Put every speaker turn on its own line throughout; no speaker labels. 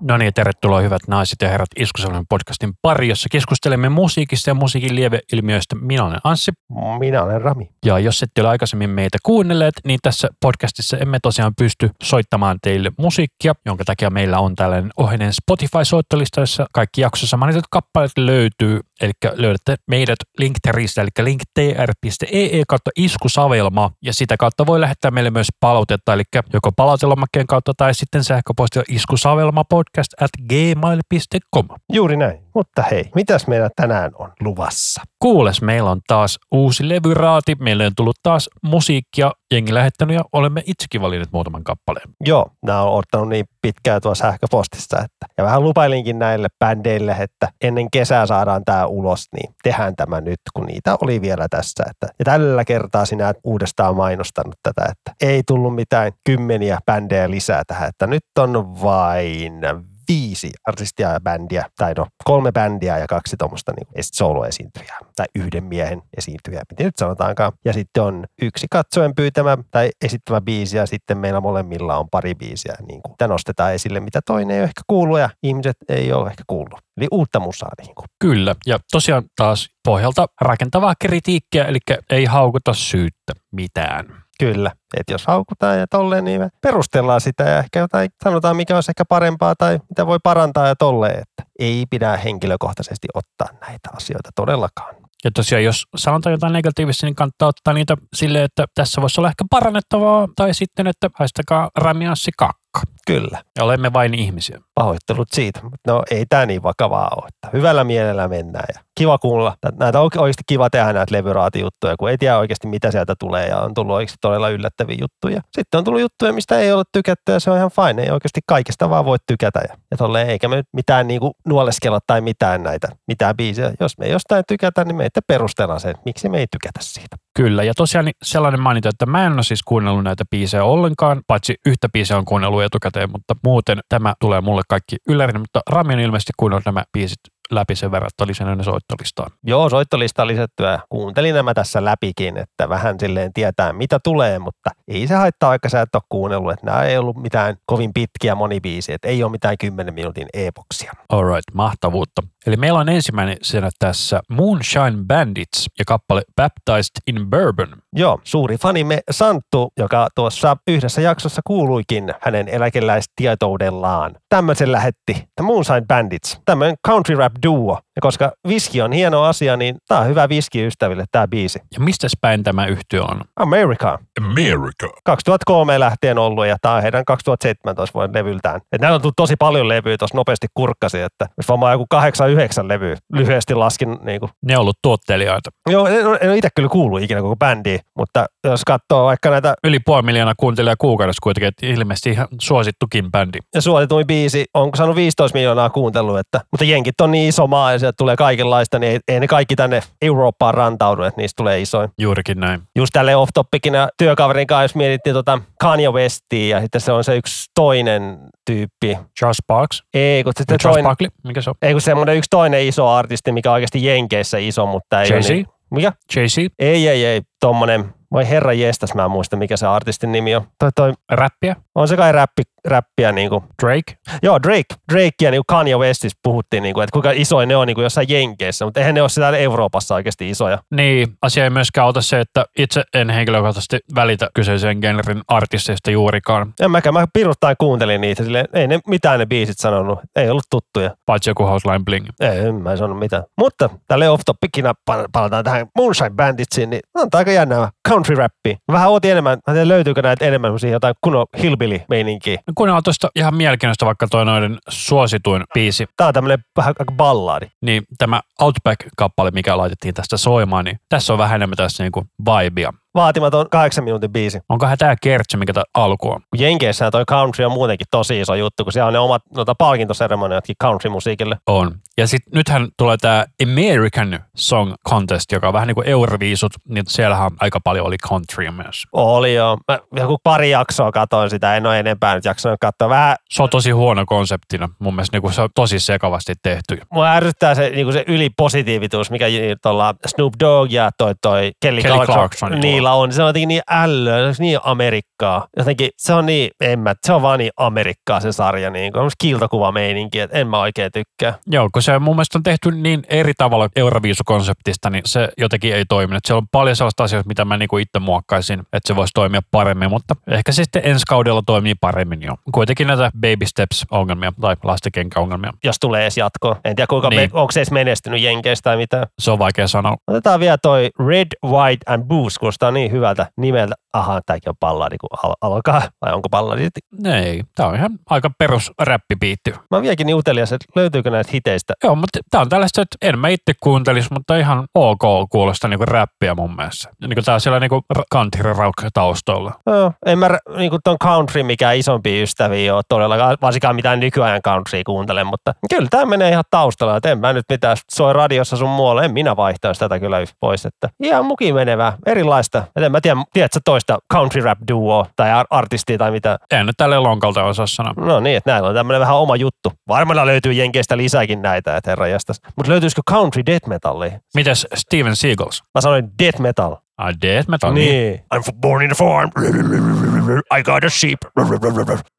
No niin, tervetuloa hyvät naiset ja herrat Iskusalmen podcastin pari, jossa keskustelemme musiikista ja musiikin lieveilmiöistä. Minä olen Anssi.
Minä olen Rami.
Ja jos ette ole aikaisemmin meitä kuunnelleet, niin tässä podcastissa emme tosiaan pysty soittamaan teille musiikkia, jonka takia meillä on tällainen oheinen Spotify-soittolista, jossa kaikki jaksossa mainitut kappaleet löytyy. Eli löydätte meidät linkteristä, eli linktr.ee e kautta iskusavelma, ja sitä kautta voi lähettää meille myös palautetta, eli joko palautelomakkeen kautta tai sitten sähköpostilla iskusavelmapodcast at gmail.com.
Juuri näin. Mutta hei, mitäs meillä tänään on luvassa?
Kuules, meillä on taas uusi levyraati, meille on tullut taas musiikkia, jengi lähettänyt ja olemme itsekin valinneet muutaman kappaleen.
Joo, nämä on ottanut niin pitkään tuo sähköpostissa, että ja vähän lupailinkin näille bändeille, että ennen kesää saadaan tämä ulos, niin tehdään tämä nyt, kun niitä oli vielä tässä. Että, ja tällä kertaa sinä et uudestaan mainostanut tätä, että ei tullut mitään kymmeniä bändejä lisää tähän, että nyt on vain viisi artistia ja bändiä, tai no kolme bändiä ja kaksi tuommoista niin soloesiintyjää, tai yhden miehen esiintyjää, miten nyt sanotaankaan. Ja sitten on yksi katsoen pyytämä tai esittämä biisi, ja sitten meillä molemmilla on pari biisiä, niin kuin, mitä nostetaan esille, mitä toinen ei ole ehkä kuullut, ja ihmiset ei ole ehkä kuullut. Eli uutta musaa niin kuin.
Kyllä, ja tosiaan taas pohjalta rakentavaa kritiikkiä, eli ei haukuta syyttä mitään.
Kyllä, että jos haukutaan ja tolleen, niin me perustellaan sitä ja ehkä jotain sanotaan, mikä olisi ehkä parempaa tai mitä voi parantaa ja tolleen, että ei pidä henkilökohtaisesti ottaa näitä asioita todellakaan.
Ja tosiaan, jos sanotaan jotain negatiivista, niin kannattaa ottaa niitä silleen, että tässä voisi olla ehkä parannettavaa, tai sitten, että haistakaa ramianssi kakka.
Kyllä.
Ja olemme vain ihmisiä.
Pahoittelut siitä, mutta no ei tämä niin vakavaa ole. Että hyvällä mielellä mennään ja kiva kuulla. Näitä on oikeasti kiva tehdä näitä levyraatijuttuja, kun ei tiedä oikeasti mitä sieltä tulee ja on tullut oikeasti todella yllättäviä juttuja. Sitten on tullut juttuja, mistä ei ole tykätty ja se on ihan fine. Ei oikeasti kaikesta vaan voi tykätä ja, ja tolleen, eikä me nyt mitään niinku nuoleskella tai mitään näitä, mitään biisejä. Jos me ei jostain tykätä, niin me itse perustellaan sen, miksi me ei tykätä siitä.
Kyllä, ja tosiaan niin sellainen mainita, että mä en ole siis kuunnellut näitä biisejä ollenkaan, paitsi yhtä biisiä on kuunnellut etukäteen, mutta muuten tämä tulee mulle kaikki yllärinä, mutta Rami on ilmeisesti kuunnellut nämä biisit läpi sen verran, että oli sen ennen soittolistaan.
Joo, soittolista lisättyä. Kuuntelin nämä tässä läpikin, että vähän silleen tietää mitä tulee, mutta ei se haittaa, vaikka sä et ole kuunnellut, että nämä ei ollut mitään kovin pitkiä monibiisiä, että ei ole mitään 10 minuutin epoksia.
Alright, mahtavuutta. Eli meillä on ensimmäinen senä tässä Moonshine Bandits ja kappale Baptized in Bourbon.
Joo, suuri fanimme Santtu, joka tuossa yhdessä jaksossa kuuluikin hänen eläkeläistietoudellaan. Tämmöisen lähetti, The Moonshine Bandits, tämmöinen country rap duo. Ja koska viski on hieno asia, niin tää on hyvä viski ystäville tää biisi.
Ja mistä päin tämä yhtiö on?
America.
America.
2003 lähtien ollut ja tää on heidän 2017 vuoden levyltään. Et näillä on tullut tosi paljon levyä, tuossa nopeasti kurkkasi, että jos varmaan joku 8-9 levyä lyhyesti laskin. Niin kuin.
Ne on ollut tuottelijoita.
Joo, en, en ole itse kyllä kuullut ikinä koko bändiä, mutta jos katsoo vaikka näitä...
Yli puoli miljoonaa kuuntelijaa kuukaudessa kuitenkin, että ilmeisesti ihan suosittukin bändi.
Ja suosituin biisi, onko saanut 15 miljoonaa kuuntelua, että, mutta jenkit on niin iso maa ja sieltä tulee kaikenlaista, niin ei, ei ne kaikki tänne Eurooppaan rantaudu, että niistä tulee isoin.
Juurikin näin.
Just tälle off toppikina työkaverin kanssa, jos mietittiin tota Kanye Westia ja sitten se on se yksi toinen tyyppi.
Charles Parks?
Ei, kun sitten
Charles
toinen,
Barkley? Mikä se on?
ei kun semmoinen yksi toinen iso artisti, mikä on oikeasti Jenkeissä iso, mutta ei ole
Jay-Z?
Niin, mikä?
Jay-Z?
Ei, ei, ei, tommonen. Voi herra jestas, mä en muista mikä se artistin nimi on. Toi, toi,
Räppiä?
on se kai räppi, räppiä niinku.
Drake?
Joo, Drake, Drake ja niinku Kanye Westissä puhuttiin, niinku, että kuinka isoja ne on niinku jossain Jenkeissä, mutta eihän ne ole täällä Euroopassa oikeasti isoja.
Niin, asia ei myöskään auta se, että itse en henkilökohtaisesti välitä kyseisen genren artisteista juurikaan,
En mäkään, mä piruttain kuuntelin niitä, silleen, ei ne mitään ne biisit sanonut, ei ollut tuttuja.
paitsi joku Houseline Bling.
Ei, en mä sanonut mitään. Mutta tälle off topicina pal- palataan tähän Moonshine Banditsiin, niin on tää aika jännää country rappi. Vähän ootin enemmän, mä en tiedä löytyykö näitä enemmän semmosia jotain kunnon hillbilly meininkiä.
No Kun on tuosta ihan mielenkiintoista vaikka toi noiden suosituin biisi,
Tää on tämmönen vähän aika ballaadi.
niin tämä Outback-kappale, mikä laitettiin tästä soimaan, niin tässä on vähän enemmän tässä niinku vibea.
Vaatimaton kahdeksan minuutin biisi.
Onkohan tämä kertsi, mikä tämä alku on?
Kun Jenkeissä toi country on muutenkin tosi iso juttu, kun siellä on ne omat noita palkintoseremoniatkin country-musiikille.
On. Ja sitten nythän tulee tämä American Song Contest, joka on vähän niin kuin Euroviisut, niin siellähän aika paljon oli countrya myös.
Oli joo. Mä joku pari jaksoa katoin sitä, en ole enempää nyt jaksanut katsoa. Vähän
Se on tosi huono konseptina. Mun mielestä niin kuin se on tosi sekavasti tehty.
mua ärsyttää se, niinku se ylipositiivituus, mikä j- tuolla Snoop Dogg ja toi, toi Kelly,
Kelly
Clarkson,
Clarkson, joo.
niillä Britillä on, se on jotenkin niin ällöä, se on niin Amerikkaa. Jotenkin se on niin, en mä, se on vaan niin Amerikkaa se sarja, niin kuin kiltokuvameininki, että en mä oikein tykkää.
Joo, kun se mun mielestä on tehty niin eri tavalla Euroviisukonseptista, niin se jotenkin ei toiminut. Siellä on paljon sellaista asioista, mitä mä niinku itse muokkaisin, että se voisi toimia paremmin, mutta ehkä se sitten ensi kaudella toimii paremmin jo. Kuitenkin näitä baby steps-ongelmia tai lastenkenkäongelmia.
Jos tulee edes jatkoa. En tiedä, kuinka niin.
Niin.
me, onko se edes menestynyt Jenkeistä tai mitään.
Se on vaikea sanoa.
Otetaan vielä toi Red, White and Booze, kuulostaa niin hyvältä nimeltä. Aha, tämäkin on balladi, kun al- alkaa. Vai onko balladi?
Ei, tää on ihan aika perus räppipiitti.
Mä oon vieläkin niin utelias, että löytyykö näitä hiteistä.
Joo, mutta tämä on tällaista, että en mä itse kuuntelisi, mutta ihan ok kuulostaa niinku räppiä mun mielestä. Niinku tää on siellä niinku ra- country rock taustoilla.
Joo, en mä niin kuin ton country, mikä isompi ystäviä ole todellakaan, varsinkaan mitään nykyajan country kuuntele, mutta kyllä tämä menee ihan taustalla, että en mä nyt mitään soi radiossa sun muualle, en minä vaihtaisi tätä kyllä yht pois, että ihan muki menevää, erilaista, Et en mä tiedä, tiedätkö toista country rap duo tai ar- artistia tai mitä,
En nyt tälle lonkalta osaa sanoa.
no niin, että näillä on tämmöinen vähän oma juttu, varmaan löytyy Jenkeistä lisääkin näitä, että herra jästäs, mutta löytyisikö country death metalia?
Mites Steven Seagals?
Mä sanoin death metal.
Ai death metal.
No niin. I'm born in a farm. I got a sheep.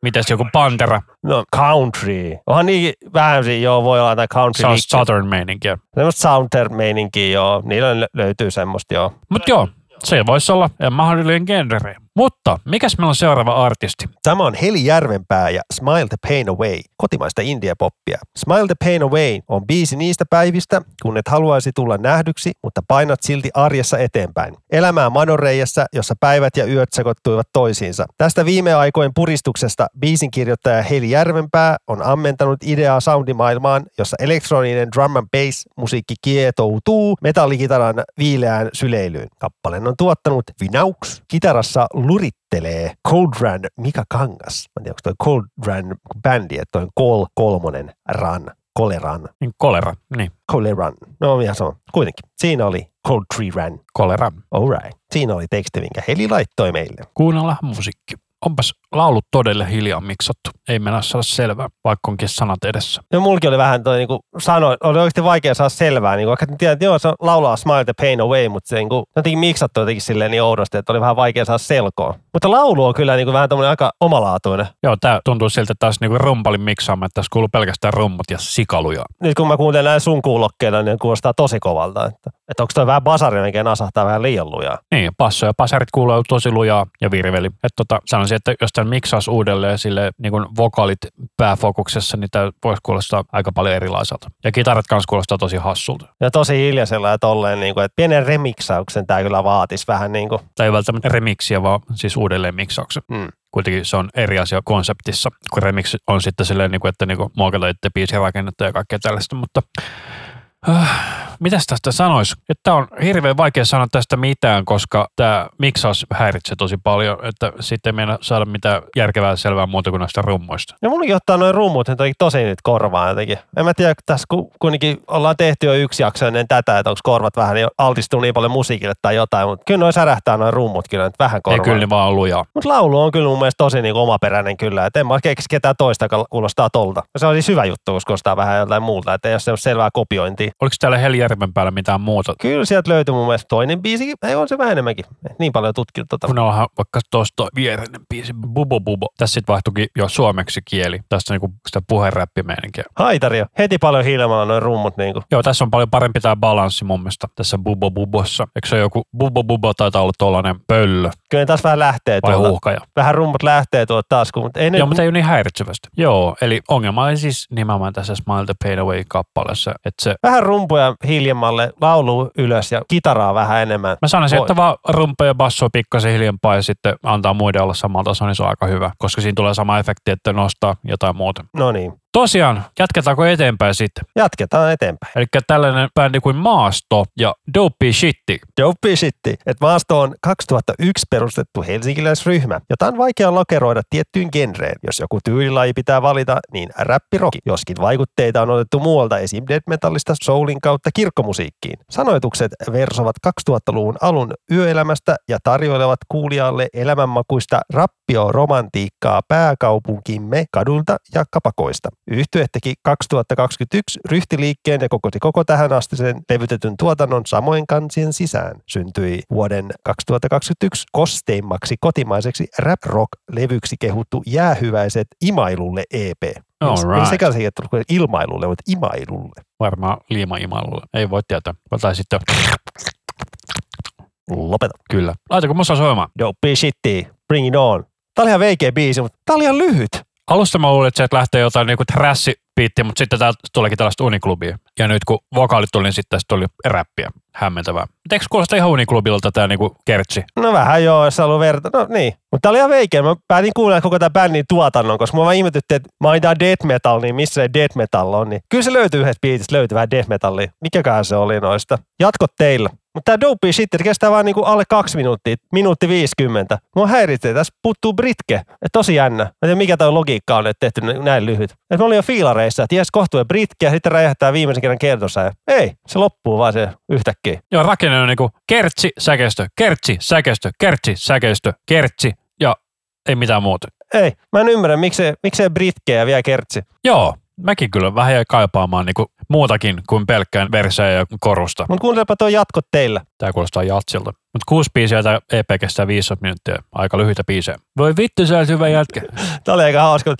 Mites joku Pantera?
No country. Onhan niin vähän siinä, joo, voi olla jotain country.
Se on
liikkeellä.
Southern meininkiä.
Semmoista sounder-meininkiä, joo. Niillä lö- löytyy semmoista, joo.
Mutta joo, se voisi olla eh, mahdollinen genre. Mutta mikäs meillä on seuraava artisti?
Tämä on Heli Järvenpää ja Smile the Pain Away, kotimaista indie-poppia. Smile the Pain Away on biisi niistä päivistä, kun et haluaisi tulla nähdyksi, mutta painat silti arjessa eteenpäin. Elämää madoreijassa, jossa päivät ja yöt sekoittuivat toisiinsa. Tästä viime aikojen puristuksesta biisin kirjoittaja Heli Järvenpää on ammentanut ideaa soundimaailmaan, jossa elektroninen drum and bass musiikki kietoutuu metallikitaran viileään syleilyyn. Kappaleen on tuottanut Vinaux. Kitarassa lurit esittelee Cold Run Mika Kangas. Mä en tiedä, onko toi Cold Run bändi, että toi on Col kolmonen Run, Koleran,
Niin kolera. Niin,
Koleran. No ihan sama, kuitenkin. Siinä oli Cold Tree Run.
kolera.
Alright. Siinä oli teksti, minkä Heli laittoi meille.
Kuunnellaan musiikki. Onpas laulut todella hiljaa miksattu. Ei mennä saada selvää, vaikka onkin sanat edessä.
No mulki oli vähän toi niinku sanoi, oli oikeasti vaikea saada selvää, niinku, vaikka tiedän, että joo, se laulaa Smile the Pain Away, mutta se niinku, jotenkin miksattu jotenkin silleen niin oudosti, että oli vähän vaikea saada selkoa. Mutta laulu on kyllä niinku vähän tommonen aika omalaatuinen.
Joo, tää tuntuu siltä että taas niinku rumpalin miksaama, että tässä kuuluu pelkästään rummut ja sikaluja.
nyt kun mä kuuntelen näin sun kuulokkeilla, niin kuulostaa tosi kovalta. Että, että onko toi vähän basari, mikä nasahtaa vähän liian lujaa.
Niin, passo ja pasarit kuuluu tosi lujaa ja virveli. Et tota, sanoisin, että jos tämän miksaisi uudelleen sille niin kuin vokaalit pääfokuksessa, niin tämä voisi kuulostaa aika paljon erilaiselta. Ja kitarat kanssa kuulostaa tosi hassulta.
Ja tosi hiljaisella ja tolleen, niin kuin, että pienen remiksauksen tämä kyllä vaatisi vähän niin kuin,
Tai ei välttämättä remiksiä, vaan siis uudelleen miksauksen.
mm.
Kuitenkin se on eri asia konseptissa, kun remix on sitten silleen, niin kuin, että niin kuin, muokataan itse biisirakennetta ja kaikkea tällaista, mutta äh, mitäs tästä sanoisi? Että on hirveän vaikea sanoa tästä mitään, koska tämä miksaus häiritsee tosi paljon, että sitten ei meinaa saada mitään järkevää selvää muuta kuin näistä rummoista.
Ja mullakin ottaa noin rummut nyt jotenkin tosi nyt korvaan jotenkin. En mä tiedä, kun tässä ku- kuitenkin ollaan tehty jo yksi jakso ennen tätä, että onko korvat vähän jo altistunut niin paljon musiikille tai jotain, mutta kyllä noin särähtää noin rummut kyllä nyt vähän
Ei
korvaan.
kyllä ne vaan on lujaa.
Mutta laulu on kyllä mun mielestä tosi niinku omaperäinen kyllä. Et en mä keksi ketään toista, joka kuulostaa tolta. Ja Se on siis hyvä juttu, kun se kuulostaa vähän jotain muuta. Että ei ole semmoista selvää kopiointia.
Oliko täällä Helijärven päällä mitään muuta?
Kyllä sieltä löytyy mun mielestä toinen biisi. Ei on se vähän enemmänkin. Et Niin paljon tutkinut tota.
Kun onhan vaikka tuosta viereinen biisi, Bubo Bubo. Tässä sitten vaihtuikin jo suomeksi kieli, tästä niinku sitä puheräppimeininkiä.
Haitari on. Heti paljon hiljemmalla noin rummut niinku.
Joo, tässä on paljon parempi tämä balanssi mun mielestä tässä Bubo Bubossa. Eikö se joku Bubo Bubo taitaa olla tuollainen pöllö
Kyllä ne taas vähän lähtee
vai
tuolta.
huuhkaja?
Vähän rummut lähtee tuolta taas, kun, mutta ei ne,
Joo, mutta ei ole niin häiritsevästi. Joo, eli ongelma oli siis nimenomaan tässä Smile the Pain Away-kappaleessa, että se
vähän rumpuja hiljemmalle, laulu ylös ja kitaraa vähän enemmän.
Mä sanoisin,
Voi.
että vaan rumpa ja basso pikkasen hiljempaa ja sitten antaa muiden olla samalla tasolla, niin se on aika hyvä, koska siinä tulee sama efekti, että nostaa jotain muuta.
No niin,
Tosiaan, jatketaanko eteenpäin sitten?
jatketaan eteenpäin.
Eli tällainen bändi kuin Maasto ja Dopey Shitti.
Dope Shitti, että maasto on 2001 perustettu helsinkiläisryhmä, jota on vaikea lokeroida tiettyyn genreen. Jos joku tyylilaji pitää valita, niin räppiroki, joskin vaikutteita on otettu muualta esim. death metallista soulin kautta kirkkomusiikkiin. Sanoitukset versovat 2000-luvun alun yöelämästä ja tarjoilevat kuulijalle elämänmakuista rappio romantiikkaa pääkaupunkimme kadulta ja kapakoista. Yhtye teki 2021 ryhtiliikkeen ja kokosi koko tähän asti sen levytetyn tuotannon samoin kansien sisään. Syntyi vuoden 2021 kosteimmaksi kotimaiseksi rap rock levyksi kehuttu jäähyväiset imailulle EP.
All
Ei
right.
sekään se tullut kuin ilmailulle, mutta imailulle.
Varmaan liimaimalulla. Ei voi tietää. Tai sitten
Lopeta.
kyllä. Laitako musa soimaan?
Dope shitty, bring it on. Tää oli ihan veikeä biisi, mutta tää oli ihan lyhyt.
Alusta mä luulin, että sieltä lähtee jotain niinku trässipiittiä, mutta sitten täältä tuleekin tällaista uniklubia. Ja nyt kun vokaalit tuli, niin sitten tästä tuli räppiä. Hämmentävää. Mutta eikö kuulosta ihan uniklubilta tämä niinku kertsi?
No vähän joo, jos haluaa verta. No niin. Mutta tää oli ihan veikeä. Mä päätin kuunnella koko tämän bändin tuotannon, koska mä vaan ihmetyttiin, että mainitaan death metal, niin missä se death metal on. Niin kyllä se löytyy yhdestä biitistä, löytyy vähän death metallia. Mikäköhän se oli noista. Jatko teillä. Mutta tämä dope shit se kestää vaan niinku alle kaksi minuuttia, minuutti 50. Mua häiritsee, tässä puuttuu britke. Et tosi jännä. Mä en tiedä, mikä toi logiikka on, että tehty näin lyhyt. Et mä olin jo fiilareissa, että jes kohtuu britke ja sitten räjähtää viimeisen kerran kertossa. Ja ei, se loppuu vaan se yhtäkkiä.
Joo, rakenne on niinku kertsi, säkeistö, kertsi, säkeistö, kertsi, säkeistö, kertsi ja ei mitään muuta.
Ei, mä en ymmärrä, miksei, miksei britkejä vielä kertsi.
Joo, mäkin kyllä vähän jäi kaipaamaan niinku muutakin kuin pelkkään verseä ja korusta.
Mutta kuuntelepa tuo jatko teillä.
Tämä kuulostaa jatsilta. Mutta kuusi biisiä tai EP kestää 15 minuuttia. Aika lyhyitä biisejä. Voi vittu, sä oot hyvä jätkä.
Tämä oli aika hauska,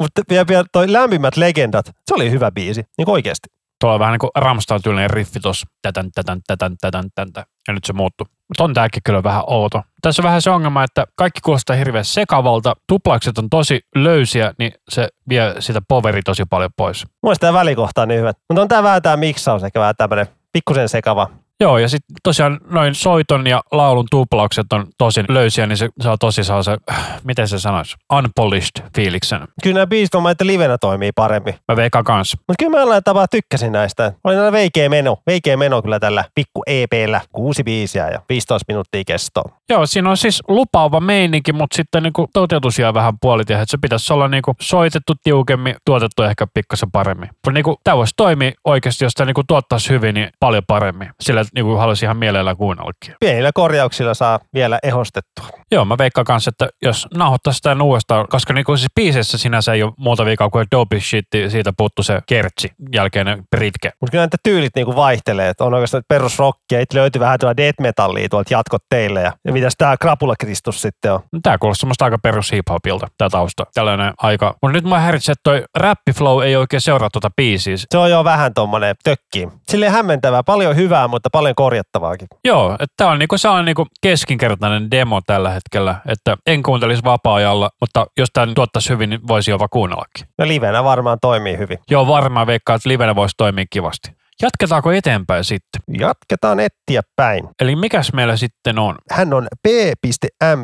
mutta vielä, vielä toi lämpimät legendat, se oli hyvä biisi, niin oikeasti.
Tuolla on vähän niin kuin Ramstein tyylinen riffi tossa. Tätän, tätän, tätän, tätän, tätän. Ja nyt se muuttuu. Mutta on tääkin kyllä vähän outo. Tässä on vähän se ongelma, että kaikki kuulostaa hirveän sekavalta. Tuplaukset on tosi löysiä, niin se vie sitä poveri tosi paljon pois.
Mun mielestä tämä välikohta on niin hyvä. Mutta on tämä vähän tämä miksaus, ehkä vähän tämmöinen pikkusen sekava.
Joo, ja sitten tosiaan noin soiton ja laulun tuplaukset on tosi löysiä, niin se saa tosi saa se, äh, miten se sanoisi, unpolished fiiliksen.
Kyllä nämä biisit on että livenä toimii paremmin.
Mä veikkaan kanssa.
Mutta kyllä mä jollain tavalla tykkäsin näistä. Oli näillä veikeä meno. Veikeä meno kyllä tällä pikku EPllä. Kuusi biisiä ja 15 minuuttia kestoa.
Joo, siinä on siis lupaava meininki, mutta sitten niinku toteutus jää vähän puolitiehen. että Se pitäisi olla niinku soitettu tiukemmin, tuotettu ehkä pikkasen paremmin. Mutta niinku, tämä voisi toimia oikeasti, jos tämä niinku tuottaisi hyvin, niin paljon paremmin. Sillä niinku haluaisin ihan mielellä kuunnellakin.
Pienillä korjauksilla saa vielä ehostettua.
Joo, mä veikkaan kanssa, että jos nauhoittaisi tämän uudestaan, koska niinku siis biisessä sinänsä ei ole muuta viikkoa kuin Dope Shit, siitä puuttu se kertsi, jälkeinen pritke.
Mutta kyllä näitä tyylit niinku vaihtelee, että on oikeastaan perusrockia, itse löytyy vähän tuolla death metallia tuolta jatkot teille ja, ja mitäs tää Krapula Kristus sitten on.
No, Tää kuulostaa semmoista aika perus hiphopilta, tää tausta. Tällainen aika. Mutta nyt mä häiritsee, että toi räppiflow ei oikein seuraa tuota biisiä.
Se on jo vähän tommonen tökki. Silleen hämmentävää, paljon hyvää, mutta paljon korjattavaakin.
Joo, että tämä on, niinku, se on niinku keskinkertainen demo tällä hetkellä, että en kuuntelisi vapaa-ajalla, mutta jos tämä tuottaisi hyvin, niin voisi jopa kuunnellakin.
No livenä varmaan toimii hyvin.
Joo, varmaan veikkaan, että livenä voisi toimia kivasti. Jatketaanko eteenpäin sitten?
Jatketaan ettiä päin.
Eli mikäs meillä sitten on?
Hän on P.M.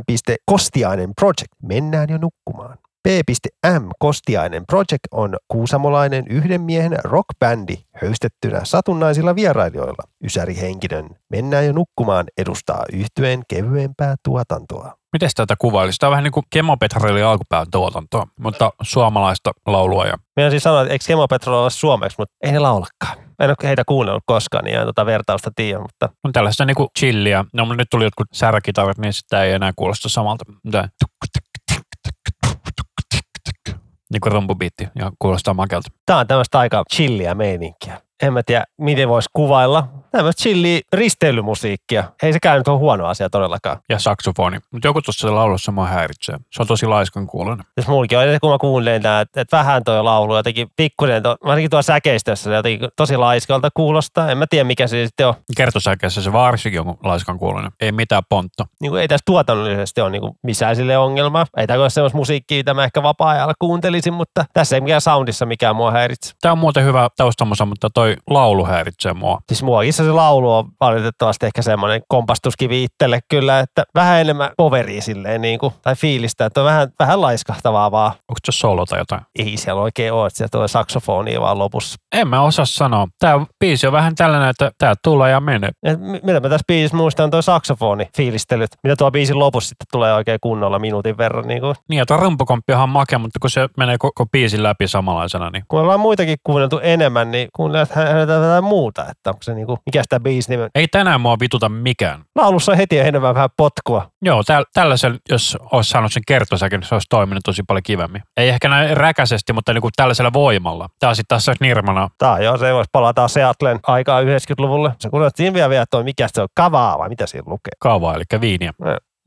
Kostiainen Project. Mennään jo nukkumaan. P.M. Kostiainen Project on kuusamolainen yhden miehen rockbändi höystettynä satunnaisilla vierailijoilla. Ysäri Henkinen Mennään jo nukkumaan edustaa yhtyeen kevyempää tuotantoa.
Miten tätä kuvailisi? Tämä on vähän niin kuin Kemopetrelli alkupään tuotantoa, mutta suomalaista laulua. Ja...
Meidän siis sanoa, että eikö Kemo Petrol ole suomeksi, mutta ei ne laulakaan. En ole heitä kuunnellut koskaan, niin en tuota vertausta tiedä, mutta
On tällaista niin kuin chilliä. No, mutta nyt tuli jotkut särkitavat, niin sitä ei enää kuulosta samalta. Tää. Niin kuin rumpubiitti ja kuulostaa makelta.
Tää on tämmöistä aika chilliä meininkiä. En mä tiedä, miten voisi kuvailla. Tämmöistä chilliä risteilymusiikkia. Ei sekään nyt ole huono asia todellakaan.
ja saksofoni. Mutta joku tuossa laulussa mua häiritsee. Se on tosi laiskan kuulonen.
Jos Siis mulki on, kun mä kuuntelen tää, että, että vähän toi laulu jotenkin pikkuinen, to, varsinkin tuo säkeistössä, se jotenkin tosi laiskalta kuulostaa. En mä tiedä, mikä se sitten on.
Kertosäkeessä se varsinkin on laiskan kuulonen. Ei mitään pontta.
Niin kuin, ei tässä tuotannollisesti ole niin kuin, missään sille ongelmaa. Ei tämä ole semmoista musiikkia, mitä mä ehkä vapaa-ajalla kuuntelisin, mutta tässä ei mikään soundissa mikään mua häiritse.
Tämä on muuten hyvä taustamosa, mutta toi laulu häiritsee mua.
Siis muokissa se laulu on valitettavasti ehkä semmoinen kompastuskivi itselle kyllä, että vähän enemmän poveria silleen niin kuin, tai fiilistä, että on vähän, vähän laiskahtavaa vaan.
Onko se solo tai jotain?
Ei siellä oikein ole, että siellä tulee saksofoni vaan lopussa.
En mä osaa sanoa. Tämä biisi on vähän tällainen, että tämä tulee ja menee.
Et mi- mitä mä tässä biisissä muistan, toi saksofoni fiilistelyt, mitä tuo biisin lopussa sitten tulee oikein kunnolla minuutin verran. Niin kuin.
Niin, ja tuo rumpukomppi on ihan makea, mutta kun se menee koko biisin läpi samanlaisena, niin
Kun ollaan muitakin kuunneltu enemmän, niin kuunnellaan häneltä jotain muuta, että onko se niinku, mikä sitä biisi nimi on.
Ei tänään mua vituta mikään.
Laulussa on heti enemmän vähän potkua.
Joo, täl, tällaisen, jos olisi saanut sen kertosäkin, niin se olisi toiminut tosi paljon kivemmin. Ei ehkä näin räkäisesti, mutta niin kuin tällaisella voimalla. Tämä sitten taas olisi nirmana.
Tää joo, se voisi palata Seattlen aikaa 90-luvulle. Se kuulostaa vielä vielä toi, mikä se on, kavaa vai mitä siinä lukee.
Kaavaa, eli viiniä.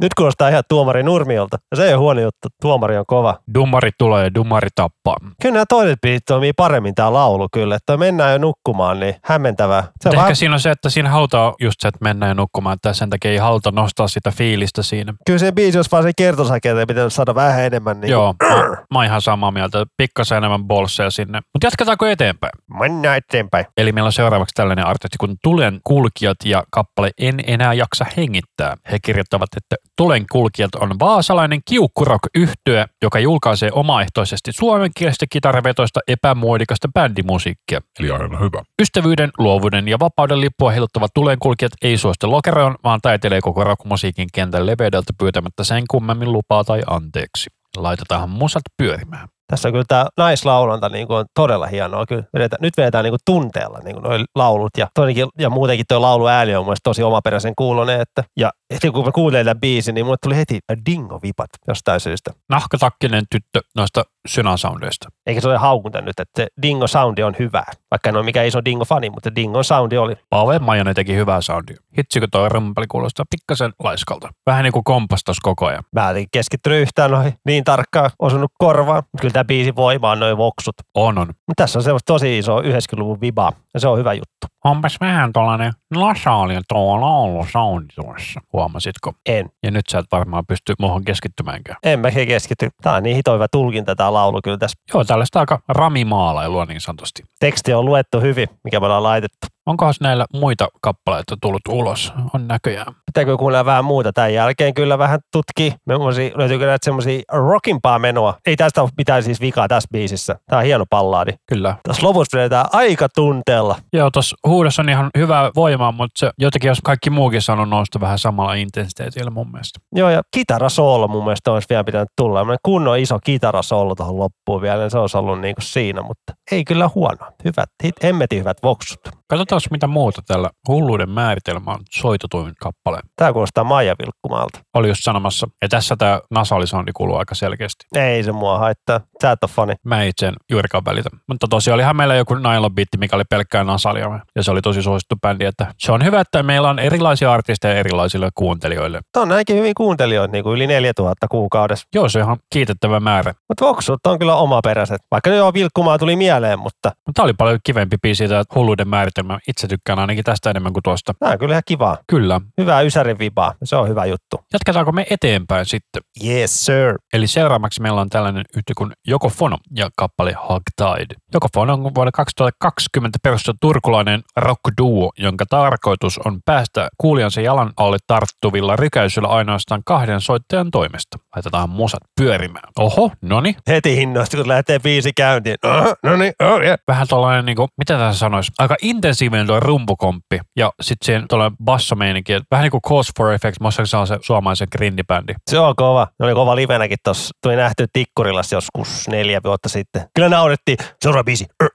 Nyt kuulostaa ihan tuomari Nurmiolta. Ja se ei ole huono juttu, tuomari on kova.
Dummari tulee ja dummari tappaa.
Kyllä nämä toiset biisit toimii paremmin tämä laulu kyllä. Että mennään jo nukkumaan, niin hämmentävää. Se on
Mutta
vähän,
ehkä siinä on se, että siinä halutaan just se, että mennään jo nukkumaan, että sen takia ei haluta nostaa sitä fiilistä siinä.
kyllä se biisi, jos vaan se kertosake, että pitäisi saada vähän enemmän, niin
Joo, mä, mä oon ihan samaa mieltä. Pikkasen enemmän bolseja sinne. Mutta jatketaanko eteenpäin?
mennään eteenpäin.
Eli meillä on seuraavaksi tällainen artisti kuin Tulen kulkijat ja kappale En enää jaksa hengittää. He kirjoittavat, että Tulen kulkijat on vaasalainen kiukkurock yhtye joka julkaisee omaehtoisesti suomenkielistä kitarvetoista epämuodikasta bändimusiikkia.
Eli aina hyvä.
Ystävyyden, luovuuden ja vapauden lippua heiluttava tulenkulkijat ei suostu lokeroon, vaan taitelee koko rockmusiikin kentän leveydeltä pyytämättä sen kummemmin lupaa tai anteeksi. Laitetaan musat pyörimään.
Tässä on kyllä tämä naislaulanta niin kuin on todella hienoa. Kyllä vedetään, nyt vedetään niin kuin tunteella niin kuin noi laulut ja, toinenkin, ja muutenkin tuo lauluääni on mun mielestä tosi omaperäisen kuulonen. Että, ja heti kun mä kuulin tämän biisin, niin mulle tuli heti dingo-vipat jostain syystä.
Nahkatakkinen tyttö noista synansoundeista.
Eikä se ole haukunta nyt, että se dingo soundi on hyvä. Vaikka en ole mikään iso dingo fani, mutta dingo soundi oli.
Paave Majonen teki hyvää soundia. Hitsikö toi rumpali kuulostaa pikkasen laiskalta. Vähän niin kuin kompastas koko ajan.
Mä en keskittynyt yhtään noihin niin tarkkaan osunut korvaan. Mutta kyllä tämä biisi voimaa noin voksut.
On on.
Mutta tässä on semmoista tosi iso 90-luvun vibaa ja se on hyvä juttu.
Onpas vähän tuollainen nasaalinen tuolla ollut soundi tuossa. Huomasitko?
En.
Ja nyt sä et varmaan pysty muuhun keskittymäänkään.
En mä siihen keskity. Tää on niin hitoiva tulkinta tää laulu kyllä tässä.
Joo, tällaista aika ramimaalailua niin sanotusti.
Teksti on luettu hyvin, mikä me ollaan laitettu.
Onkohan näillä muita kappaleita tullut ulos? On näköjään.
Pitääkö kuunnella vähän muuta tämän jälkeen? Kyllä vähän tutki. Memmosi, löytyykö näitä semmoisia rockimpaa menoa? Ei tästä ole mitään siis vikaa tässä biisissä. Tää on hieno pallaadi.
Kyllä.
Tässä lopussa vedetään aika tunteella.
Joo, tuossa huudossa on ihan hyvää voimaa, mutta se jotenkin jos kaikki muukin saanut nousta vähän samalla intensiteetillä mun mielestä.
Joo, ja kitarasoolo mun mielestä olisi vielä pitänyt tulla. Tämmönen kunnon iso kitarasoolo tuohon loppuun vielä, niin se olisi ollut niinku siinä, mutta ei kyllä huono. Hyvät, hit, emmeti hyvät voksut.
Katsotaan mitä muuta tällä hulluuden määritelmä on soitotuin kappale.
Tää kuulostaa Maija Vilkkumaalta.
Oli just sanomassa. Ja tässä tämä nasaalisoundi kuuluu aika selkeästi.
Ei se mua haittaa. Sä et ole fani.
Mä itse en juurikaan välitä. Mutta tosiaan olihan meillä joku nylonbiitti, mikä oli pelkkää nasalia. Ja se oli tosi suosittu bändi. Että se on hyvä, että meillä on erilaisia artisteja erilaisille kuuntelijoille.
Tämä on näinkin hyvin kuuntelijoita, niin kuin yli 4000 kuukaudessa.
Joo, se on ihan kiitettävä määrä.
Mutta voksut on kyllä omaperäiset. Vaikka ne joo, vilkkumaa tuli mieleen, mutta
Mutta tämä oli paljon kivempi biisi tämä hulluuden määritelmä. Itse tykkään ainakin tästä enemmän kuin tuosta.
nämä on kyllä ihan kivaa.
Kyllä.
Hyvää Ysärin vibaa. Se on hyvä juttu.
Jatketaanko me eteenpäin sitten?
Yes, sir.
Eli seuraavaksi meillä on tällainen yhtiö kuin Joko Fono ja kappale Hug Tide. Joko Fono on vuonna 2020 perustettu turkulainen rock duo, jonka tarkoitus on päästä kuulijansa jalan alle tarttuvilla rykäisyillä ainoastaan kahden soittajan toimesta. Laitetaan musat pyörimään. Oho, noni.
Heti hinnoista, kun lähtee biisi käyntiin. Oh, no niin, oh, yeah.
Vähän tuollainen, niin kuin, mitä tässä sanoisi, aika intensiivinen tuo rumpukomppi. Ja sitten siihen tuollainen bassomeininki, että vähän niin kuin Cause for Effects, muistaakseni se on se suomalaisen grindibändi.
Se on kova. Ne oli kova livenäkin tossa. Tuli nähty Tikkurilassa joskus neljä vuotta sitten. Kyllä naurettiin. Seuraava biisi. Äh,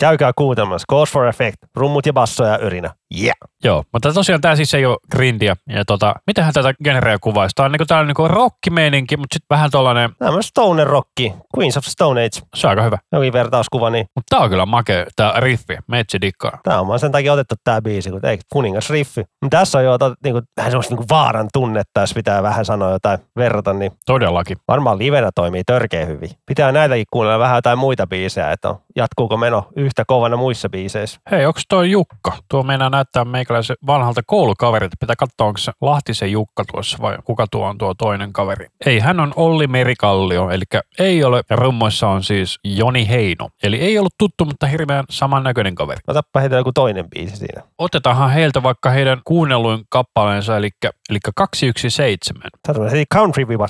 Käykää kuuntelemassa. Cause for Effect. Rummut ja basso ja yrinä. Yeah.
Joo, mutta tosiaan tämä siis ei ole grindiä. Ja tota, mitähän tätä genreä kuvaisi? Tämä on niinku, tää on niinku rockimeininki, mutta sitten vähän tollainen,
Tämä on stoner rocki. Queens of Stone Age.
se on aika hyvä.
Jokin vertauskuva, niin
Mutta tämä on kyllä makea, tämä riffi, metsi dikkaa.
Tämä on vaan sen takia otettu tämä biisi, kun ei kuningas riffi. Mut Tässä on jo tot, niinku, vähän semmoista niinku vaaran tunnetta, jos pitää vähän sanoa jotain verrata, niin
Todellakin.
varmaan livenä toimii törkeä hyvin. Pitää näitäkin kuunnella vähän jotain muita biisejä, että on, jatkuuko meno yhtä kovana muissa biiseissä.
Hei, onko toi Jukka? Tuo meinaa näyttää meikäläisen vanhalta kaverilta. Pitää katsoa, onko se Lahtisen Jukka tuossa vai kuka tuo on tuo toinen kaveri. Ei, hän on Olli Merikallio, eli ei ole, ja rummoissa on siis Joni Heino. Eli ei ollut tuttu, mutta hirveän samannäköinen kaveri.
Otappa No heitä joku toinen biisi siinä.
otetaanhan heiltä vaikka heidän kuunnelluin kappaleensa, eli, eli 217.
Tämä on heti country viva.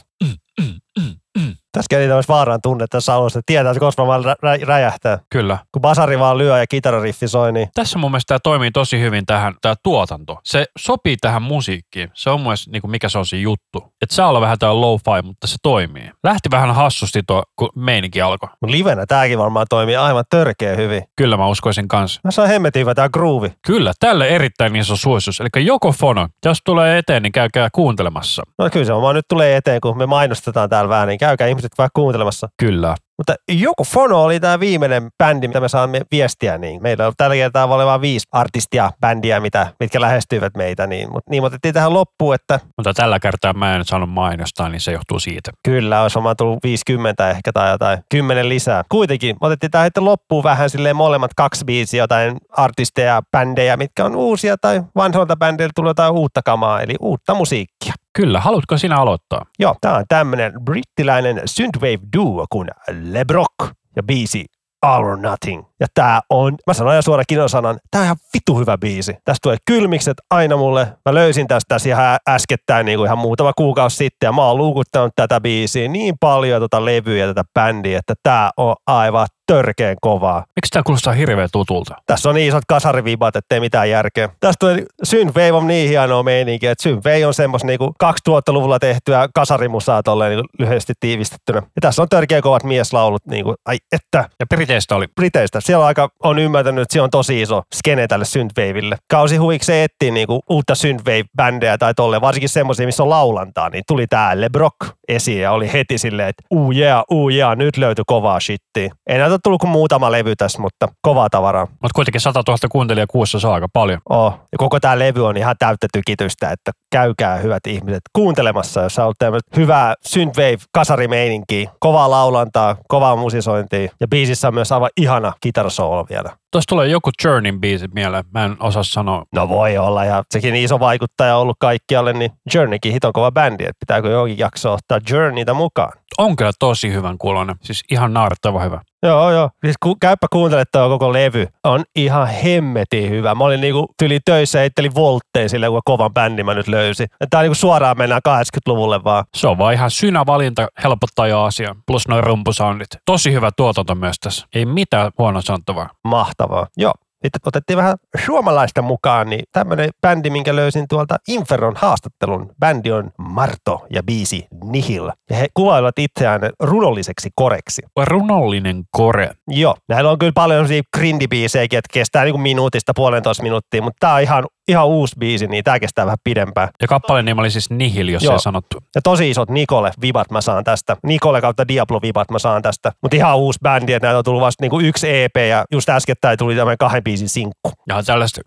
Tässä kävi tämmöistä vaaran tunne tässä alussa, että tietää, että kosma vaan rä- rä- räjähtää.
Kyllä.
Kun basari vaan lyö ja kitarariffi soi, niin
Tässä mun mielestä tämä toimii tosi hyvin tähän, tämä tuotanto. Se sopii tähän musiikkiin. Se on mun mielestä, niin kuin mikä se on se juttu. Että saa olla vähän tää low-fi, mutta se toimii. Lähti vähän hassusti tuo, kun meininki alkoi.
mun livenä tämäkin varmaan toimii aivan törkeä hyvin.
Kyllä mä uskoisin kanssa.
Mä saan hemmetin hyvä tää groovi.
Kyllä, tälle erittäin iso suositus. Eli joko fono, jos tulee eteen, niin käykää kuuntelemassa.
No kyllä se on, vaan nyt tulee eteen, kun me mainostetaan täällä vähän, niin käykää ihmiset vähän kuuntelemassa.
Kyllä.
Mutta joku Fono oli tämä viimeinen bändi, mitä me saamme viestiä. Niin meillä on tällä kertaa oli vain viisi artistia, bändiä, mitä, mitkä lähestyivät meitä. Niin, mutta niin, mutta otettiin tähän loppuun, että
Mutta tällä kertaa mä en nyt saanut mainostaa, niin se johtuu siitä.
Kyllä, olisi varmaan tullut 50 ehkä tai jotain, 10 lisää. Kuitenkin, otettiin tämä sitten loppuun vähän silleen molemmat kaksi biisiä, jotain artisteja, bändejä, mitkä on uusia tai vanhoilta bändeiltä tulee jotain uutta kamaa, eli uutta musiikkia.
Kyllä, haluatko sinä aloittaa?
Joo, tämä on tämmöinen brittiläinen synthwave duo kuin LeBrock ja biisi All or Nothing. Ja tää on, mä sanon ihan suoraan kinosanan, tää on ihan vitu hyvä biisi. Tästä tulee kylmikset aina mulle. Mä löysin tästä tässä ihan äskettäin niin kuin ihan muutama kuukausi sitten ja mä oon luukuttanut tätä biisiä niin paljon tätä levyä ja tätä bändiä, että tää on aivan törkeen kovaa.
Miksi tämä kuulostaa hirveän tutulta?
Tässä on niin isot kasarivibat, ettei mitään järkeä. Tästä tulee Synthwave on niin hienoa meininkiä, että Synthwave on semmos niinku 2000-luvulla tehtyä kasarimusaa tolleen niinku lyhyesti tiivistettynä. Ja tässä on törkeä kovat mieslaulut, niinku, ai että,
Ja Briteistä oli.
Briteistä. Siellä on aika on ymmärtänyt, että siellä on tosi iso skene tälle synthwaveille. Kausi huvikseen etsii niinku uutta synthwave-bändejä tai tolle, varsinkin semmoisia, missä on laulantaa, niin tuli tää LeBrock esiin ja oli heti silleen, että uu yeah, uu yeah, nyt löytyi kovaa shittiä. Ei näitä ole tullut kuin muutama levy tässä, mutta kovaa tavaraa.
Mutta kuitenkin 100 000 kuuntelijaa kuussa saa aika paljon.
Oh. Ja koko tämä levy on ihan täyttä tykitystä, että käykää hyvät ihmiset kuuntelemassa, jos on tämmöistä hyvää synthwave kasarimeininkiä, kovaa laulantaa, kovaa musisointia ja biisissä on myös aivan ihana kitarasoolo vielä.
Tuossa tulee joku Journeyn biisi mieleen. Mä en osaa sanoa.
No voi olla, ja sekin niin iso vaikuttaja on ollut kaikkialle, niin Journeykin hiton kova bändi, että pitääkö johonkin jakso ottaa Journeyta mukaan.
On kyllä tosi hyvän kuulonen. Siis ihan naartava hyvä.
Joo, joo. Siis ku, käypä kuuntele tuo koko levy. On ihan hemmetin hyvä. Mä olin niinku tyli töissä ja heittelin voltteja sille, kun kovan bändin mä nyt löysin. Ja Tää niinku suoraan mennään 80-luvulle vaan.
Se on vaan ihan synä valinta, helpottaa jo asiaa. Plus noin rumpusoundit. Tosi hyvä tuotanto myös tässä. Ei mitään huono sanottavaa.
Mahtavaa. Joo. Sitten otettiin vähän suomalaista mukaan, niin tämmönen bändi, minkä löysin tuolta Inferon haastattelun. Bändi on Marto ja biisi Nihil. Ja he kuvailevat itseään runolliseksi koreksi.
Runollinen kore.
Joo, näillä on kyllä paljon sellaisia grindibiisejäkin, että kestää niin minuutista puolentoista minuuttia, mutta tämä on ihan, ihan uusi biisi, niin tämä kestää vähän pidempään.
Ja kappaleen nimi oli siis Nihil, jos
Joo.
ei sanottu.
Ja tosi isot Nikole-vibat mä saan tästä. Nikole kautta Diablo-vibat mä saan tästä. Mutta ihan uusi bändi, että näitä on tullut vasta niinku yksi EP ja just äskettäin tuli tämmöinen kahden biisin sinkku.
Ja tällaista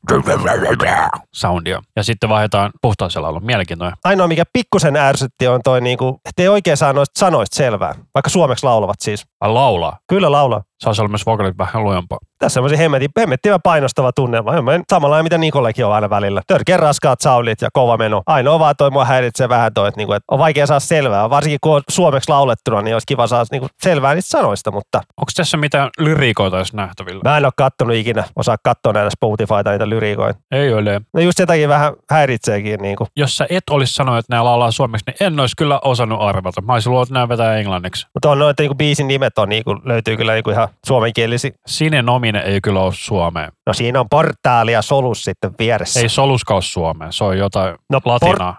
soundia. Ja sitten vaihdetaan puhtaaseen lauluun. Mielenkiintoinen.
Ainoa, mikä pikkusen ärsytti, on toi niinku, että ei oikein saa noista sanoista selvää, vaikka suomeksi laulavat siis.
Ai Laulaa.
Kyllä laulaa.
Saisi olla myös vokalit vähän lujempaa.
Tässä on semmoisia hemmettivä painostava tunnelma. Hemmetin- Samalla mitä Nikolekin on aina välillä. Törkeä raskaat saulit ja kova meno. Ainoa vaan toi mua häiritsee vähän toi, että, niinku, että on vaikea saada selvää. Varsinkin kun on suomeksi laulettuna, niin olisi kiva saada niinku selvää niistä sanoista, mutta
Onko tässä mitään lyriikoita edes nähtävillä?
mä en ole kattonut ikinä. Osaa katsoa näitä Spotifyta niitä lyriikoita.
Ei ole.
No just jotakin vähän häiritseekin. Niinku.
Jos sä et olisi sanonut, että nämä laulaa suomeksi, niin en olisi kyllä osannut arvata. Mä olisin luullut, että nämä vetää englanniksi.
Mutta on noita niinku biisin nimet on, niinku, löytyy kyllä niinku ihan suomenkielisiä.
Sinen ominen ei kyllä ole suomea.
No siinä on portaali ja solus sitten vieressä.
Ei soluskaus suomea. Se on jotain no, latinaa.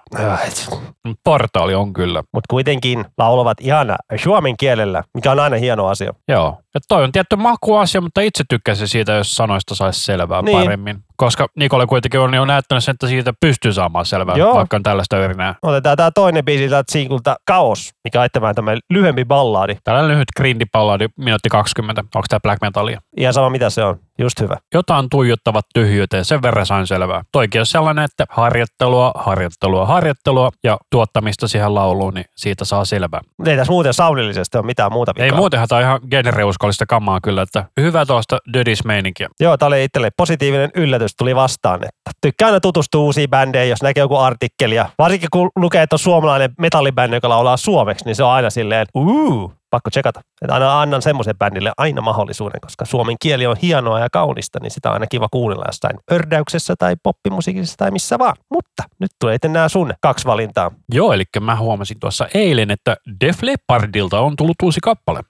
Por- Portaali on kyllä.
Mutta Äh, kuitenkin laulavat ihana suomen kielellä, mikä on aina hieno asia.
Joo. Ja toi on tietty makuasia, mutta itse tykkäsin siitä, jos sanoista saisi selvää
Niin.
niin. paremmin. Koska Nikolle kuitenkin on jo näyttänyt sen, että siitä pystyy saamaan selvää,
Joo.
Joo. vaikka on tällaista örinää.
Otetaan tämä toinen biisi tältä sinkulta Kaos, mikä on tämä tämmöinen lyhyempi ballaadi.
Tällainen lyhyt grindipalladi, minuutti 20. Onko tämä black metalia?
Ihan sama mitä se on, just hyvä.
Jotain tuijottavat tyhjyyteen, sen verran sain selvää. Toikin on sellainen, että harjoittelua, harjoittelua, harjoittelua ja tuottamista siihen lauluun, niin siitä saa selvää.
Mutta ei tässä muuten soundillisesti ole mitään muuta vikaa.
Ei muutenhan tämä on ihan genereuskollista kamaa kyllä, että hyvä tuosta dödismeininkiä.
Joo, tämä oli itselle positiivinen yllätys, tuli vastaan. Että tykkää aina tutustua uusiin bändeihin, jos näkee joku artikkeli. Ja varsinkin kun lukee, että on suomalainen metallibändi, joka laulaa suomeksi, niin se on aina silleen, uu, pakko tsekata. Et aina annan semmoisen bändille aina mahdollisuuden, koska suomen kieli on hienoa ja kaunista, niin sitä on aina kiva kuunnella jossain ördäyksessä tai poppimusiikissa tai missä vaan. Mutta nyt tulee itse nämä sun kaksi valintaa.
Joo, eli mä huomasin tuossa eilen, että Def Leppardilta on tullut uusi kappale.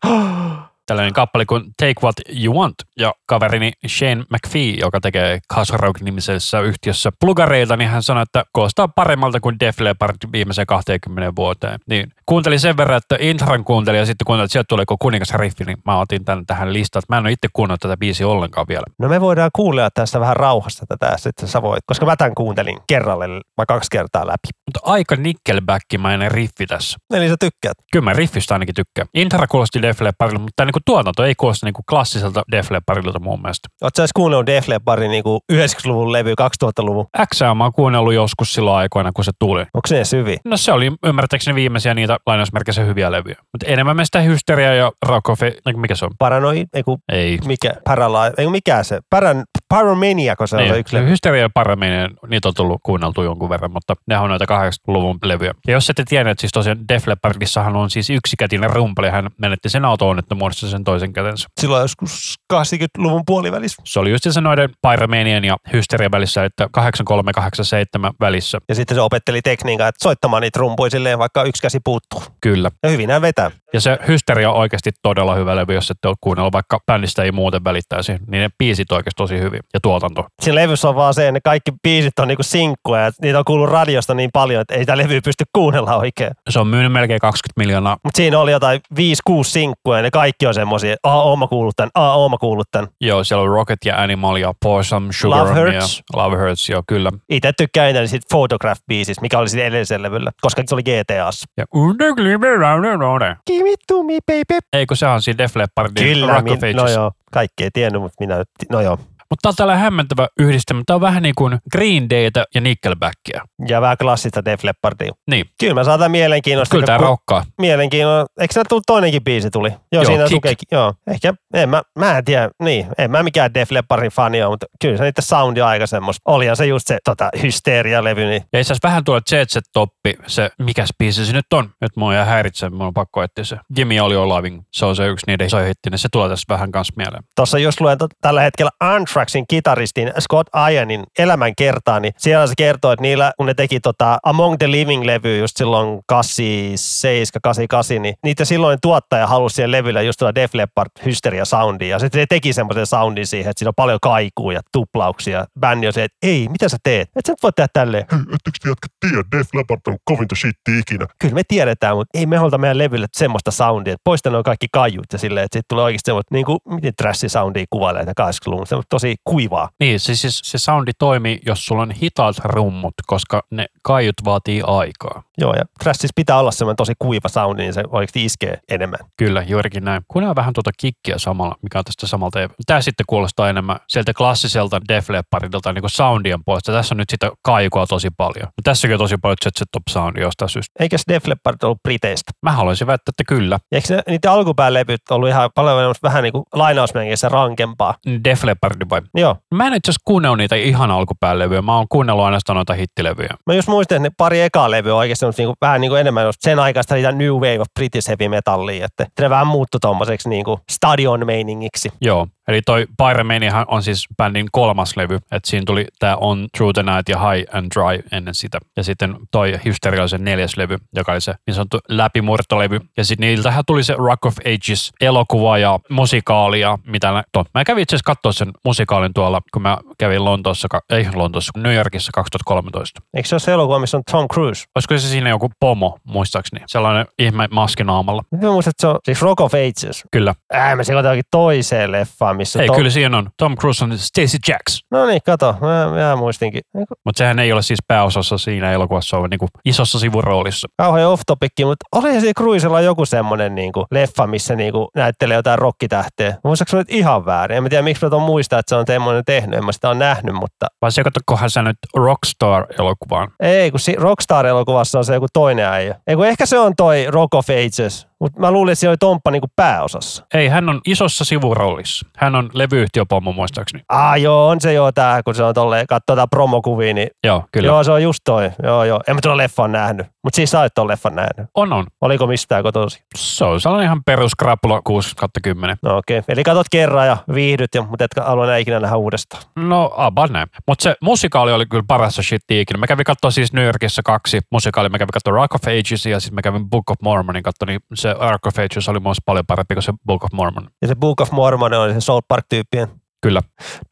Tällainen kappale kuin Take What You Want. Ja kaverini Shane McPhee, joka tekee Kasarok-nimisessä yhtiössä plugareita, niin hän sanoi, että koostaa paremmalta kuin Def Leppard viimeiseen 20 vuoteen. Niin kuuntelin sen verran, että intran kuuntelin ja sitten kuuntelin, että sieltä tulee kuningas riffi, niin mä otin tämän tähän listaan. Mä en ole itse kuunnellut tätä biisiä ollenkaan vielä.
No me voidaan kuulla tästä vähän rauhassa tätä, sitten sä voit, koska mä tämän kuuntelin kerralle, mä kaksi kertaa läpi.
Mutta aika nickelbackimainen riffi tässä.
Eli sä tykkäät.
Kyllä mä riffistä ainakin tykkään. Intra kuulosti Def Leppardilta, mutta tämä niinku tuotanto ei kuulosta niinku klassiselta Def Leppardilta mun mielestä.
Oot sä edes kuunnellut Def Leppardin niinku 90-luvun levy, 2000-luvun?
XM mä oon kuunnellut joskus silloin aikoina, kun se tuli.
Onko ne syvi?
No se oli ymmärtääkseni viimeisiä niitä lainausmerkissä hyviä levyjä. Mutta enemmän me sitä hysteriaa ja rock of, niinku mikä se on?
Paranoi, ei kun
Ei.
mikä, parala, ei kun mikä se, paran, paromania, kun se on se
Niin,
yksi levy.
hysteria paremmin, niin niitä on tullut kuunneltu jonkun verran, mutta ne on noita 80-luvun levyjä. Ja jos ette tienneet, siis tosiaan Def Leppardissahan on siis yksikätinen rumpali, hän menetti sen auto-onnettomuudessa sen toisen kätensä.
Silloin joskus 80-luvun puolivälissä.
Se oli just se noiden Pyromanian ja Hysteria välissä, että 8387 välissä,
Ja sitten se opetteli tekniikan, että soittamaan niitä rumpuja silleen, vaikka yksi käsi puuttuu.
kyllä.
Ja hyvin nämä vetää.
Ja se Hysteria on oikeasti todella hyvä levy, jos ette ole kuunnellut, vaikka bändistä ei muuten välittäisi, niin ne biisit oikeasti tosi hyvin ja tuotanto.
Siinä levyssä on vaan se, että ne kaikki biisit on niinku sinkkuja ja niitä on kuullut radiosta niin paljon, että ei sitä levyä pysty kuunnella oikein.
Se on myynyt melkein 20 miljoonaa
Mutta siinä oli jotain 5-6 sinkkuja ja ne kaikki on semmosia, että aa, oon mä kuullut tän, aa, oon mä kuullut tän.
Joo, siellä on Rocket ja Animal ja Pour Some Sugar
Love
on
Hurts.
ja Love Hurts, joo kyllä.
Itse tykkään eniten siitä Photograph-biisistä, mikä oli siitä edellisellä levyllä, koska se oli GTAssa.
Ja Under Glimmer Round
Give it to me, baby.
Eikö se on siinä Def Leppardin
Kyllä,
Niin, Rock
min,
of
no
Ages.
joo. Kaikki ei tiennyt, mutta minä nyt, no joo.
Mutta tämä on tällainen hämmentävä yhdistelmä. Tämä on vähän niin kuin Green Daytä ja Nickelbackia.
Ja vähän klassista Def Leppardia.
Niin,
Kyllä mä saan tämän mielenkiinnosta.
kyllä tämä
kun-
rokkaa.
mielenkiinnolla. Eikö se tullut toinenkin biisi tuli? Joo,
Joo,
siinä
Kick.
lukee, joo. Ehkä, en mä, mä en tiedä, niin, en mä mikään Def Leppardin fani ole, mutta kyllä se niiden soundi on aika semmoista. Olihan se just se tota, hysteerialevy, niin
Ja itse asiassa vähän tuolla ZZ-toppi, se mikäs biisi se nyt on. Nyt mua jää häiritse, mun on pakko etsiä se. Jimmy oli Olaving, se on se yksi niiden iso hitti, niin se tulee tässä vähän kanssa mieleen.
tuossa jos luen tot- tällä hetkellä Anthraxin kitaristin Scott Ianin elämän kertaa, niin siellä se kertoo, että niillä, kun ne teki tota Among the Living-levyä just silloin 87, 88, niin niitä silloin tuottaja halusi siihen levyllä just tuota Def Leppard hysteria soundia. Ja sitten ne teki semmoisen soundin siihen, että siinä on paljon kaikua ja tuplauksia. Bändi on se, että ei, mitä sä teet? Et sä nyt voi tehdä tälleen. Hm,
Hei, ettekö te jätkät tiedä, Def Leppard on kovinta shittiä ikinä.
Kyllä me tiedetään, mutta ei me haluta meidän levylle semmoista soundia, että poista on kaikki kaiut ja silleen, että sitten tulee oikeasti semmoista, niin kuin, miten trashi soundia kuvailee näitä 80-luvun, semmoista tosi kuivaa.
Niin, siis, siis se soundi toimii, jos sulla on hitaat rummut, koska ne kaiut vaatii aikaa.
Joo, ja Thrashissa pitää olla semmoinen tosi kuiva soundi, niin se oikeasti iskee enemmän.
Kyllä, juurikin näin. Kuunnellaan vähän tuota kikkiä samalla, mikä on tästä samalta. Ja Tämä sitten kuulostaa enemmän sieltä klassiselta Def Leppardilta niin soundien puolesta. Tässä on nyt sitä kaikua tosi paljon. Ja Tässäkin on tosi paljon ZZ Top Soundia jostain syystä.
Eikös Def Leppard ollut Briteistä?
Mä haluaisin väittää, että kyllä.
Ja Eikö ne, niiden alkupäälevyt ollut ihan paljon enemmän vähän niin kuin lainausmerkeissä rankempaa?
Def Leppardin vai?
Joo.
Mä en itse asiassa kuunnellut niitä ihan alkupäälevyjä. Mä oon kuunnellut ainoastaan noita hittilevyjä.
Mä just muistan, että ne pari ekaa levyä on oikeasti niin kuin, vähän niin kuin enemmän just sen aikaista niitä New Wave of British Heavy Metallia, että ne vähän muuttui tommoseksi niin kuin stadion meiningiksi.
Joo, eli toi Pyromaniahan on siis bändin kolmas levy, että siinä tuli tämä On True the Night ja High and Dry ennen sitä. Ja sitten toi Hysteria oli se neljäs levy, joka oli se niin sanottu läpimurtolevy. Ja sitten niiltähän tuli se Rock of Ages elokuva ja musikaali ja mitä nä- to. Mä kävin itse asiassa katsoa sen musikaalin tuolla, kun mä kävin Lontoossa, ka- ei Lontoossa, kun New Yorkissa 2013.
Eikö se ole se elokuva, missä on Tom Cruise?
Olisiko se siinä joku pomo, muistaakseni? Sellainen ihme maskinaamalla.
Nyt mä muistan, että se on siis Rock of Ages.
Kyllä.
Äh, mä sekoitan johonkin toiseen leffaan, missä
Ei,
Tom...
kyllä siinä on. Tom Cruise on Stacey Jacks.
No niin, kato, mä, mä muistinkin. Eiku-
Mutta sehän ei ole siis pääosassa siinä elokuvassa, vaan niin isossa sivuroolissa.
kauhean off topicki, mutta olihan siinä Cruisella joku semmoinen niinku leffa, missä niinku näyttelee jotain rokkitähteä. Muistaaks mä nyt ihan väärin? En mä tiedä, miksi mä tuon muistaa, että se on semmoinen tehnyt. En mä sitä ole nähnyt, mutta
Vai se katsokohan sä nyt Rockstar-elokuvaan?
ei, kun si- Rockstar-elokuvassa on se joku toinen äijä. Ei, kun ehkä se on toi Rock of Ages. Mutta mä luulin, että siellä oli Tomppa niinku pääosassa.
Ei, hän on isossa sivuroolissa. Hän on levyyhtiöpommo muistaakseni.
Ah joo, on se joo tää, kun se on tolleen, katsoo tää promokuvia, niin
Joo, kyllä.
Kyllä. joo se on just toi. Joo joo, en mä tuon leffan nähnyt. Mutta siis sä et tuon leffan nähnyt.
On, on.
Oliko mistään kotosi?
Se on sellainen ihan peruskrapula 6 10.
No okei, okay. eli katot kerran ja viihdyt, ja, mutta etkä halua enää ikinä nähdä uudestaan.
No, about näin. Mutta se musikaali oli kyllä parasta shitti ikinä. Mä kävin katsoa siis New Yorkissa kaksi musikaalia. Mä kävin katsoa Rock of Ages ja sitten mä kävin Book of Mormonin katsoa, niin se Rock of Ages oli myös paljon parempi kuin se Book of Mormon.
Ja se Book of Mormon oli se South Park-tyyppien
Kyllä,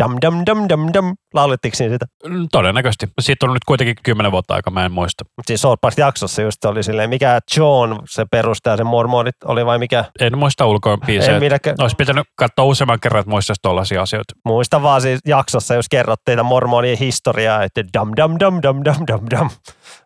dam dam dam dam dam, laulettiinko siinä sitä?
Mm, todennäköisesti. Siitä on nyt kuitenkin kymmenen vuotta aika, mä en muista.
Mutta siinä South Park-jaksossa just oli silleen, mikä John se perustaja, se mormonit oli vai mikä?
En muista ulkoa biisejä.
En minäkään.
Olisi pitänyt katsoa useamman kerran, että muistaisi tollaisia asioita.
Muista vaan siis jaksossa, jos kerrottiin teitä mormonien historiaa, että dam dam dam dam dam dam dam.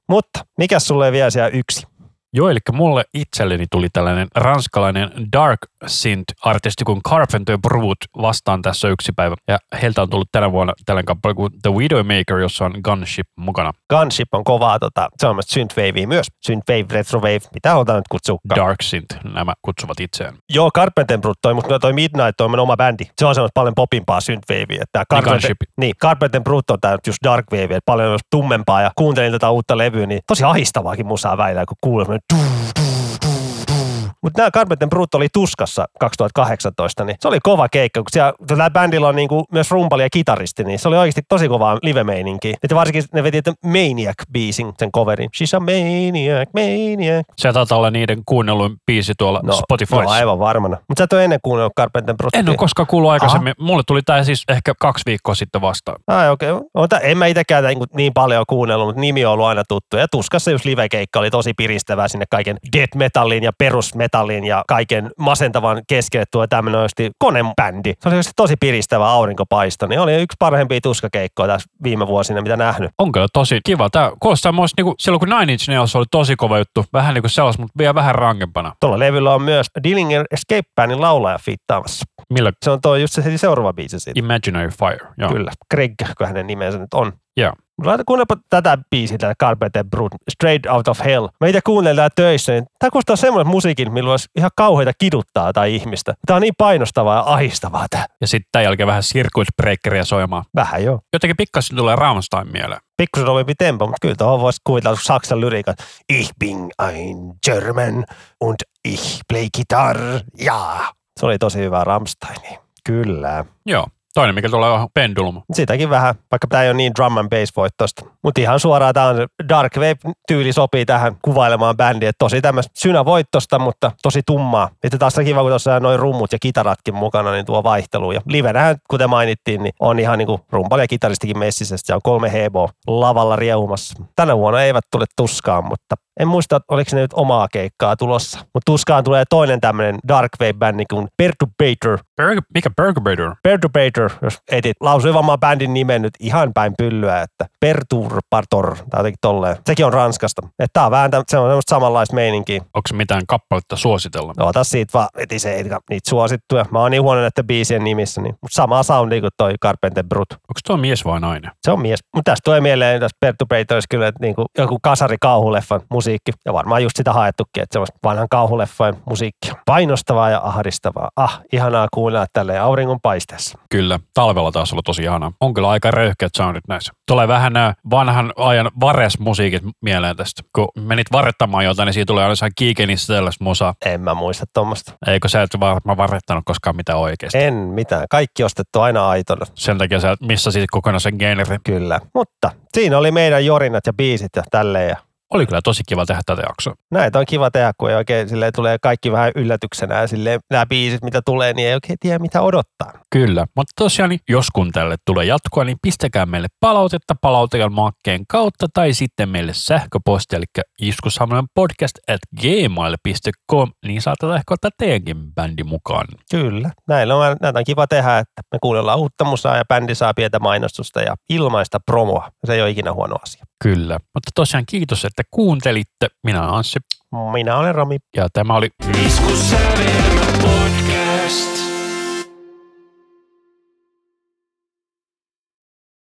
Mutta mikä sulle ei vielä siellä yksi?
Joo, eli mulle itselleni tuli tällainen ranskalainen dark synth-artisti kuin Carpenter Brut vastaan tässä yksi päivä. Ja heiltä on tullut tänä vuonna tällainen kappale kuin The Widowmaker, jossa on Gunship mukana.
Gunship on kovaa, tota, se on myös synthwavea myös. Synthwave, retrowave, mitä halutaan nyt kutsua?
Dark synth, nämä kutsuvat itseään.
Joo, Carpenter Brut toi, mutta toi Midnight toi on mun oma bändi. Se on semmoista paljon popimpaa synthwavea. Että Carpenter,
Gunship.
niin, Carpenter Brut on tää nyt just dark wave, että paljon on just tummempaa. Ja kuuntelin tätä uutta levyä, niin tosi ahistavaakin musaa väillä, kun kuulee semmoinen tuu, tuu, tuu, tuu. Mutta nämä Carpenter Brut oli tuskassa 2018, niin se oli kova keikka, kun siellä tällä bändillä on niinku myös rumpali ja kitaristi, niin se oli oikeasti tosi kovaa live-meininkiä. Et varsinkin ne veti tämän Maniac-biisin, sen coverin. She's a maniac, maniac.
Se taitaa olla niiden kuunnelluin biisi tuolla no, Spotifyssa.
No aivan varmana. Mutta sä et ole ennen kuunnellut Carpenter Brut.
En ole koskaan kuullut aikaisemmin. Aha. Mulle tuli tämä siis ehkä kaksi viikkoa sitten vastaan.
Ai Ah, okei. Okay. En mä itsekään niin, niin paljon kuunnellut, mutta nimi on ollut aina tuttu. Ja Tuskassa just livekeikka oli tosi piristävää sinne kaiken death metallin ja perusmetallin ja kaiken masentavan keskelle tuo tämmöinen oikeasti konebändi. Se oli oikeasti tosi piristävä aurinkopaisto. Niin oli yksi parhaimpia tuskakeikkoja tässä viime vuosina, mitä nähnyt.
on kyllä tosi kiva. Tämä koostaa myös niinku, silloin kun Nine Inch Nails oli tosi kova juttu, vähän niin kuin sellaista, mutta vielä vähän rankempana.
Tuolla levyllä on myös Dillinger Escape Bandin laulaja fiittaamassa.
Millä
Se on tuo just se heti seuraava biisi siitä.
Imaginary Fire. Joo.
Kyllä, Greg, kun hänen nimensä nyt on.
Joo.
Laita kuunnelpa tätä biisiä, tätä Carpenter Brut, Straight Out of Hell. Mä itse kuuntelen täällä töissä, niin tää kuulostaa semmoinen musiikin, millä olisi ihan kauheita kiduttaa tai ihmistä. Tää on niin painostavaa ja ahistavaa tää.
Ja sitten tämän jälkeen vähän circuit breakeria soimaan.
Vähän joo.
Jotenkin pikkasen tulee Rammstein mieleen.
Pikkusen ovempi tempo, mutta kyllä tuohon voisi kuvitella kun saksan lyriikat. Ich bin ein German und ich play guitar, jaa. Se oli tosi hyvä Rammsteini. Kyllä.
Joo. Toinen, mikä tulee on Pendulum.
Sitäkin vähän, vaikka tämä ei ole niin drum and bass voittoista. Mutta ihan suoraan tämä on se Dark Wave-tyyli sopii tähän kuvailemaan bändiä. Et Tosi tämmöistä synävoittosta, mutta tosi tummaa. Sitten taas se kiva, kun tuossa on noin rummut ja kitaratkin mukana, niin tuo vaihtelua. Ja livenähän, kuten mainittiin, niin on ihan niinku rumpali ja kitaristikin messissä. Sitten siellä on kolme heboa lavalla riehumassa. Tänä vuonna eivät tule tuskaan, mutta en muista, oliko ne nyt omaa keikkaa tulossa. Mutta tuskaan tulee toinen tämmöinen Dark Wave-bändi kuin Perturbator,
Berg, mikä Bergbader?
Perturbator, jos etit, lausui varmaan bändin nimen nyt ihan päin pyllyä, että Perturbator, tai jotenkin tolleen. Sekin on Ranskasta. Että tää on vähän täm- se on semmoista samanlaista meininkiä.
Onko mitään kappaletta suositella?
No ota siitä vaan, eti se ei niitä suosittuja. Mä oon niin huono näiden biisien nimissä, niin Mut samaa soundia kuin toi Carpenter Brut.
Onko tuo mies vai nainen?
Se on mies. Mutta tästä tulee mieleen tästä Perturbatorissa kyllä, että niinku joku kasari kauhuleffan musiikki. Ja varmaan just sitä haettukin, että semmoista vanhan kauhuleffojen musiikkia. Painostavaa ja ahdistavaa. Ah, ihanaa kuunnella tälle auringon paisteessa.
Kyllä, talvella taas olla tosi ihanaa. On kyllä aika röyhkeät soundit näissä. Tulee vähän nämä vanhan ajan varesmusiikit mieleen tästä. Kun menit varrettamaan jotain, niin siitä tulee aina sehän kiikenistä tällaista musaa.
En mä muista tuommoista.
Eikö sä et varmaan varrettanut koskaan mitään oikeasti?
En mitään. Kaikki ostettu aina aitona.
Sen takia sä missasit kokonaan sen genre.
Kyllä. Mutta siinä oli meidän jorinat ja biisit ja tälleen. Ja
Oli kyllä tosi kiva tehdä tätä jaksoa.
näitä on kiva tehdä, kun ei oikein silleen, tulee kaikki vähän yllätyksenä ja silleen, nämä biisit, mitä tulee, niin ei oikein tiedä, mitä odottaa.
Kyllä, mutta tosiaan niin jos kun tälle tulee jatkoa, niin pistäkää meille palautetta palautejalmakkeen kautta tai sitten meille sähköposti, eli iskusammoinen podcast at gmail.com, niin saatetaan ehkä ottaa teidänkin bändi mukaan.
Kyllä. Näillä on, näitä on kiva tehdä, että me kuunnellaan uutta musaa ja bändi saa pientä mainostusta ja ilmaista promoa. Se ei ole ikinä huono asia.
Kyllä, mutta tosiaan kiitos, että kuuntelitte. Minä olen Anssi
Minä olen Rami
ja tämä oli
Isku Sävelmä podcast.